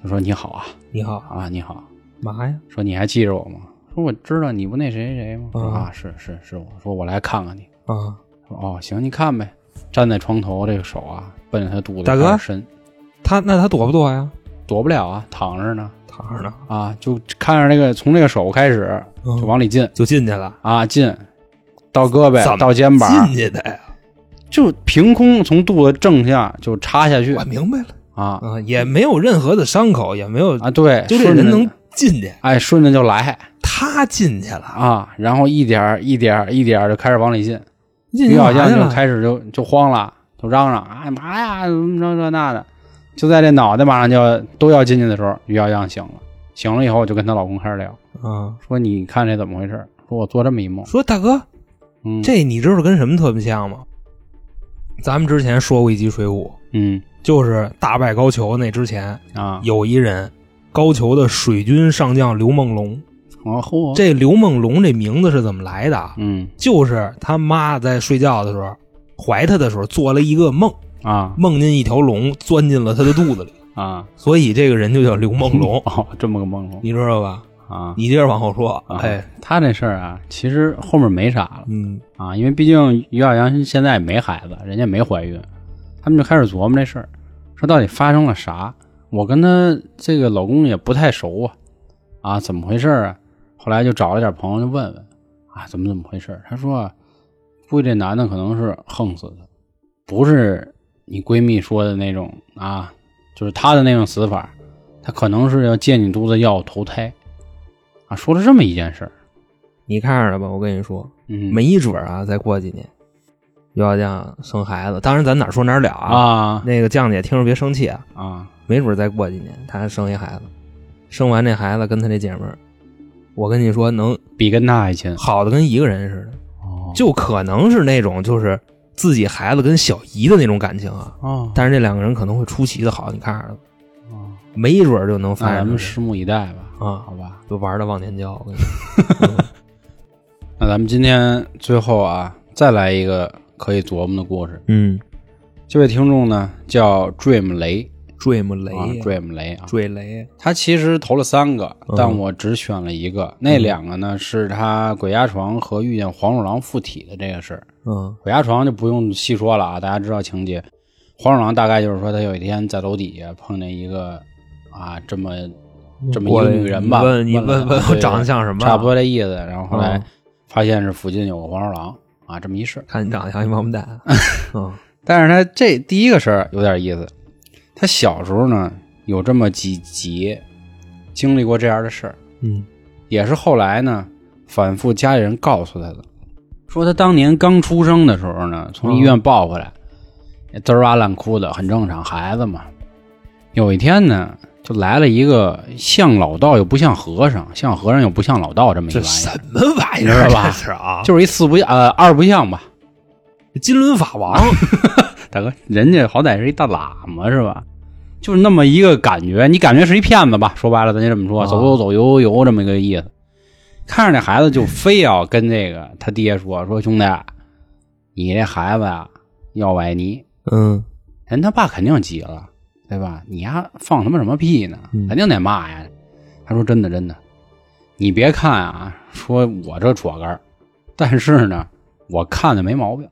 他说你好啊你好，啊你好，嘛呀？说你还记着我吗？说我知道你不那谁谁谁吗？嗯说啊是是是我，说我来看看你。啊，说哦行，你看呗。站在窗头，这个手啊奔着他肚子大哥开始伸，他那他躲不躲呀？躲不了啊，躺着呢躺着呢，啊，就看着这个从这个手开始嗯就往里进就进去了，啊进，到胳怎么膊到肩膀，进去的呀。就凭空从肚子正下就插下去我明白了啊啊，也没有任何的伤口，也没有，啊对，就这顺着人能进去，哎顺着就来他进去了，啊，然后一点儿一点儿一点儿就开始往里进。进于去小将干嘛去就嗯了？开始就就慌了，就嚷嚷啊妈呀，怎么着这那的，就在这脑袋马上就要都要进去的时候，于小将醒了，醒了以后就跟她老公开始聊，啊，说你看这怎么回事？说我做这么一梦，说大哥，嗯，这你知道跟什么特别像吗？咱们之前说过一集《水浒》，嗯就是大败高俅那之前，啊，有一人，高俅的水军上将刘梦龙。往后啊这刘梦龙这名字是怎么来的啊？嗯就是他妈在睡觉的时候，怀他的时候做了一个梦，啊梦见一条龙钻进了他的肚子里，啊，，所以这个人就叫刘梦 龙 哦，这么个梦中你知道吧？啊。你接着往后说，啊哎，，他这事儿啊，其实后面没啥了嗯，啊，因为毕竟于小阳现在也没孩子，人家没怀孕，他们就开始琢磨这事儿，说到底发生了啥？我跟她这个老公也不太熟啊，啊，怎么回事儿啊？后来就找了点朋友就问问啊，怎么怎么回事儿？他说啊，估计这男的可能是横死的，不是你闺蜜说的那种啊，就是他的那种死法，他可能是要借你肚子药投胎啊，说了这么一件事儿，你看着吧，我跟你说，嗯，没准儿啊，再过几年，又要将生孩子。当然，咱哪说哪儿了啊。啊那个酱姐听着别生气啊，啊，没准儿再过几年她还生一孩子，生完这孩子跟她这姐们儿，我跟你说能比跟他还亲，好的跟一个人似的，哦就可能是那种就是自己孩子跟小姨的那种感情啊。哦，但是这两个人可能会出奇的好，你看着吧，哦没准儿就能那发咱生们这拭目以待吧，啊好，吧？就玩的忘年交。我跟你说，那咱们今天最后啊，再来一个可以琢磨的故事。嗯，这位听众呢叫 Dream 雷坠木雷啊坠，Dream 雷啊，坠雷，他其实投了三个，嗯但我只选了一个。那两个呢是他鬼压床和遇见黄鼠狼附体的这个事儿。嗯鬼压床就不用细说了啊，大家知道情节。黄鼠狼大概就是说，他有一天在楼底下碰见一个啊这么这么一过个来女人吧，你问你了问问她我对长得像什么啊差不多这意思。然后后来嗯发现是附近有个黄鼠狼啊，这么一事儿。看你长得像一王八 蛋，嗯但是他这第一个事儿有点意思，他小时候呢有这么几集经历过这样的事儿，嗯也是后来呢反复家里人告诉他的，说他当年刚出生的时候呢，从医院抱回来，滋儿哇乱哭的，很正常，孩子嘛。有一天呢，就来了一个像老道又不像和尚，像和尚又不像老道这么一这玩意什儿，么玩意儿是吧这是啊，就是一四不像呃二不像吧，金轮法王，啊大哥，人家好歹是一大喇嘛是吧？就是那么一个感觉，你感觉是一骗子吧？说白了，咱就这么说，啊走走走，游游游，这么一个意思。看着这孩子就非要跟这个他爹说说，兄弟，你这孩子啊要崴泥，嗯，人他爸肯定急了，对吧？你丫放他妈什么屁呢嗯？肯定得骂呀！他说真的真的，你别看啊，说我这戳杆儿，但是呢，我看着没毛病。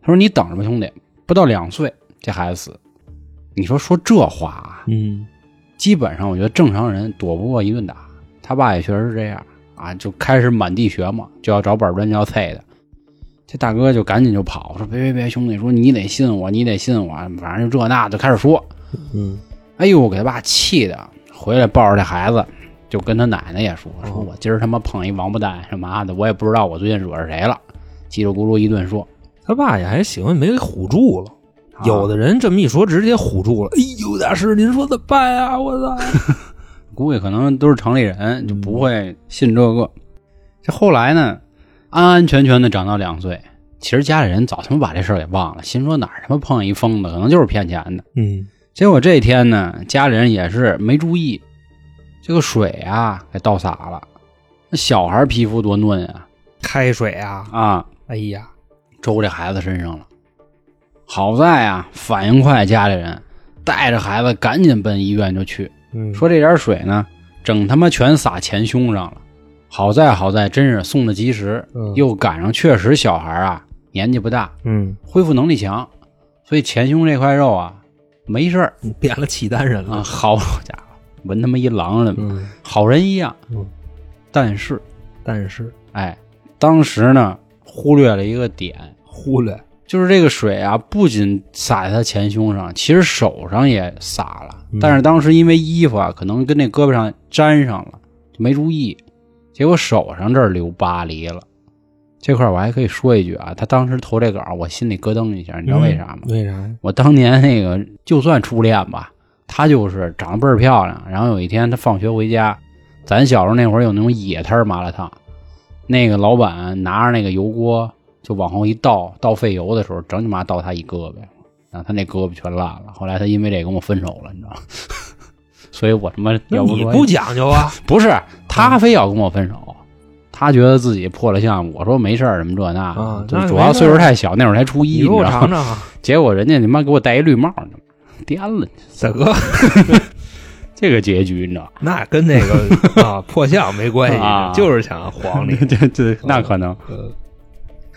他说你等着吧，兄弟，不到两岁这孩子死，你说说这话啊，嗯，基本上我觉得正常人躲不过一顿打。他爸也确实是这样啊，就开始满地学嘛，就要找板砖就要菜的。这大哥就赶紧就跑，说别别别，兄弟，说你得信我，你得信我，反正就这那就开始说。嗯，哎呦，给他爸气的，回来抱着这孩子，就跟他奶奶也说，说我今儿他妈碰一王八蛋什么啊的，我也不知道我最近惹着谁了，叽里咕噜一顿说。他爸也还行，没给唬住了。啊有的人这么一说，直接唬住了。哎呦，大师，您说怎么办呀？我操！估计可能都是城里人，就不会信这个。这后来呢，安安全全的长到两岁，其实家里人早他妈把这事儿给忘了，心说哪儿他妈碰一疯子，可能就是骗钱的。 嗯，结果这天呢，家里人也是没注意，这个水啊给倒洒了。那小孩皮肤多嫩啊开水啊，啊，哎呀，周这孩子身上了。好在啊，反应快，家里人带着孩子赶紧奔医院就去。嗯说这点水呢，整他妈全洒前胸上了。好在好在，真是送的及时，嗯又赶上确实小孩啊年纪不大，嗯，恢复能力强，所以前胸这块肉啊没事儿变了契丹人啊，了。好家伙，闻他妈一狼了，嗯，好人一样嗯。但是，但是哎，当时呢忽略了一个点，忽略，就是这个水啊，不仅洒在他前胸上，其实手上也洒了嗯。但是当时因为衣服啊，可能跟那胳膊上粘上了，就没注意，结果手上这儿留巴黎了。这块儿我还可以说一句啊，他当时投这稿，我心里咯噔一下，你知道为啥吗？嗯为啥呀？我当年那个就算初恋吧，她就是长得倍儿漂亮。然后有一天她放学回家，咱小时候那会儿有那种野摊儿麻辣烫，那个老板拿着那个油锅就往后一倒，倒废油的时候，整你妈倒她一胳膊，然后她那胳膊全烂了。后来她因为这跟我分手了，你知道吗？ 所以我他妈那要你说不讲究啊？不是她非要跟我分手。她觉得自己破了相，我说没事儿，什么这那的，啊就那主没要事岁数儿太小，那会儿才初一，你你知给我道吗尝？尝啊，结果人家你妈给我戴一绿帽呢，颠了你，大哥，这个结局你知道吧？那跟那 个啊破相没关啊。系，就是想晃 你 这这那可能。呃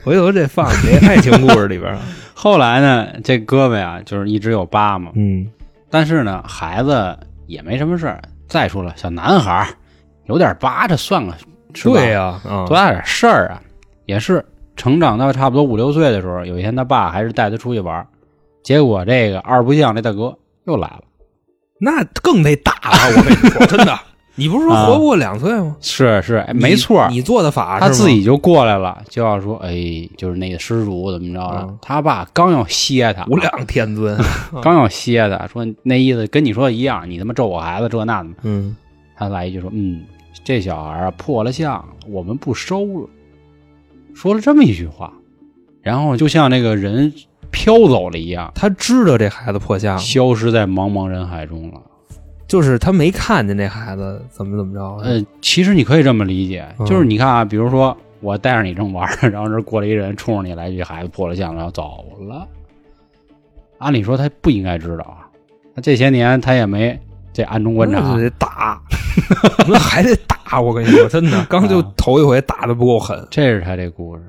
回头这放你这爱情故事里边儿啊。后来呢，这胳膊啊，就是一直有疤嘛，嗯，但是呢，孩子也没什么事儿。再说了，小男孩儿有点疤，这算个是吧对呀，啊多大点事儿啊？也是成长到差不多五六岁的时候，有一天他爸还是带他出去玩儿，结果这个二不像这大哥又来了。那更得打了。我跟你说，真的， 你不是说啊活不过两岁吗？是是，哎没错儿，你你做的法他是吗自己就过来了，就要说，哎，就是那个失主怎么着的。嗯他爸刚要歇他，无量天尊。刚要歇他，说那意思跟你说的一样，你他妈咒我孩子这那的。 嗯，他来一句说，嗯，这小孩啊破了相，我们不收了。说了这么一句话，然后就像那个人飘走了一样，他知道这孩子破相，消失在茫茫人海中了。就是他没看见这孩子怎么怎么着。呃，其实你可以这么理解，嗯就是你看啊，比如说我带着你正玩儿，然 后这儿过来一人冲着你来一句“孩子破了相了”，要走了。按理说他不应该知道啊，那这些年他也没这暗中观察那就，得打， 那还得打。我跟你说，真的， 刚就啊头一回打的不够狠。这是他这故事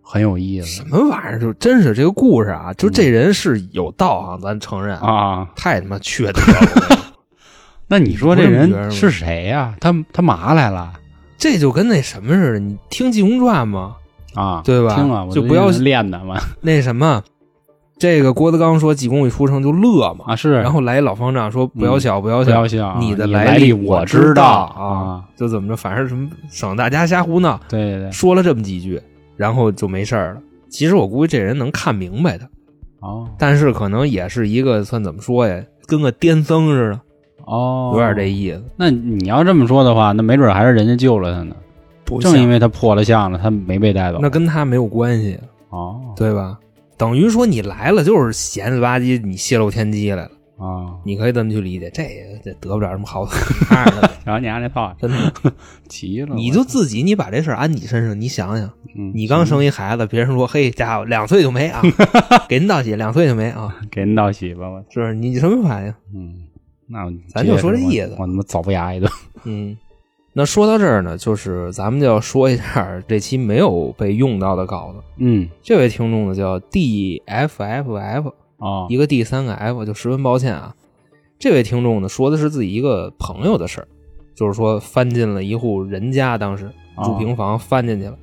很有意思什么玩意儿？就真是这个故事啊，就这人是有道行，咱承认。嗯啊。太他妈缺德了！ 那你说这不是女儿人吗是谁呀、他他嘛来了这就跟那什么似的，你听《济公传》吗？啊？对吧听了我就不要练的嘛。那什么，这个郭德纲说济公一出生就乐嘛，啊，是，然后来一老方丈说不要笑，不要嗯不笑要，笑，啊你的来历我知道啊，，就怎么着，反正什么省大家瞎胡闹，对对对，说了这么几句，然后就没事儿了。其实我估计这人能看明白的，哦但是可能也是一个算怎么说呀，跟个癫僧似的，哦，有点这。意思。那你要这么说的话，那没准还是人家救了他呢。不正因为为他破了相了，他没被带走。那跟他没有关系，哦对吧？等于说你来了就是闲了吧唧，你泄露天机来了，啊，你可以这么去理解。这也这得不着什么 好看的，瞧你家那套真的。急了我，你就自己你把这事儿安你身上，你想想，嗯你刚生一孩子，别人说嘿家伙两岁就没 啊，给您道喜，两岁就没啊，给您道喜吧，我是不是？你什么反应？嗯，那我咱就接着说这我意思我他妈早不牙一顿。嗯，那说到这儿呢，就是咱们就要说一下这期没有被用到的稿子。嗯这位听众呢叫 D F F F，哦一个 D 三个 F，就十分抱歉啊。这位听众呢说的是自己一个朋友的事儿，就是说翻进了一户人家，当时哦住平房翻进去了，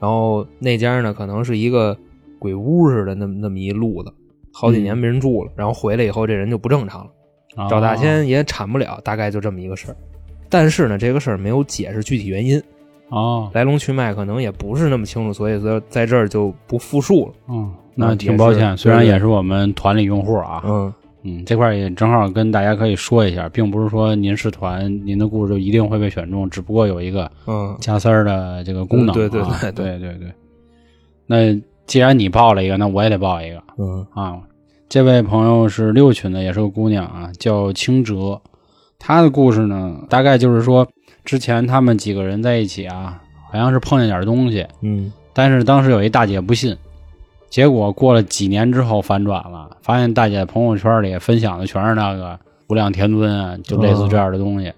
然后那家呢可能是一个鬼屋似的那么那么一路子，好几年没人住了，然后回来以后这人就不正常了。哦赵大仙也铲不了，大概就这么一个事儿。但是呢，这个事儿没有解释具体原因，哦，来龙去脉可能也不是那么清楚，所以说在这儿就不复述了。嗯，那嗯挺也抱是歉，虽然对对也是我们团里用户啊，嗯，嗯，这块儿也正好跟大家可以说一下，并不是说您是团，您的故事就一定会被选中，只不过有一个嗯，加塞儿的这个功能啊，对对对对对对。那既然你报了一个，那我也得报一个嗯，啊。这位朋友是六群的，也是个姑娘啊，叫清哲。她的故事呢，大概就是说，之前他们几个人在一起啊，好像是碰见点儿东西，嗯，但是当时有一大姐不信，结果过了几年之后反转了，发现大姐朋友圈里分享的全是那个无量天尊啊，就类似这样的东哦西。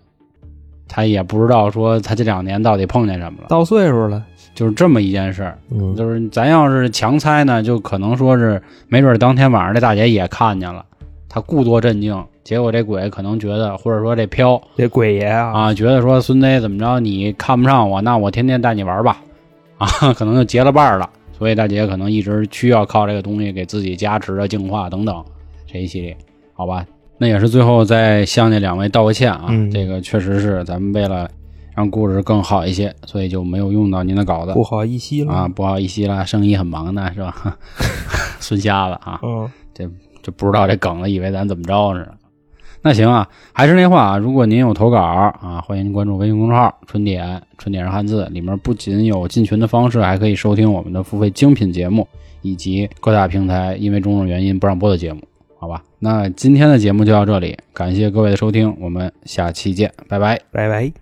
她也不知道说她这两年到底碰见什么了，到岁数了，就是这么一件事儿。嗯就是咱要是强猜呢，就可能说是没准当天晚上这大姐也看见了，她故作镇静，结果这鬼可能觉得，或者说这飘这鬼爷啊，啊，觉得说孙子怎么着，你看不上我，那我天天带你玩吧， 啊，可能就结了伴儿了。所以大姐可能一直需要靠这个东西给自己加持啊、净化等等这一系列，好吧？那也是最后再向那两位道个歉啊，嗯这个确实是咱们为了让故事更好一些，所以就没有用到您的稿子不好意思了啊，，不好意思啦，生意很忙呢，是吧？ 孙瞎子啊，嗯，就不知道这梗了，以为咱怎么着似的。那行啊，还是那话啊，如果您有投稿啊，欢迎您关注微信公众号“春点”，春点是汉字，里面不仅有进群的方式，还可以收听我们的付费精品节目，以及各大平台因为种种原因不让播的节目，好吧？那今天的节目就到这里，感谢各位的收听，我们下期见，拜拜。拜拜。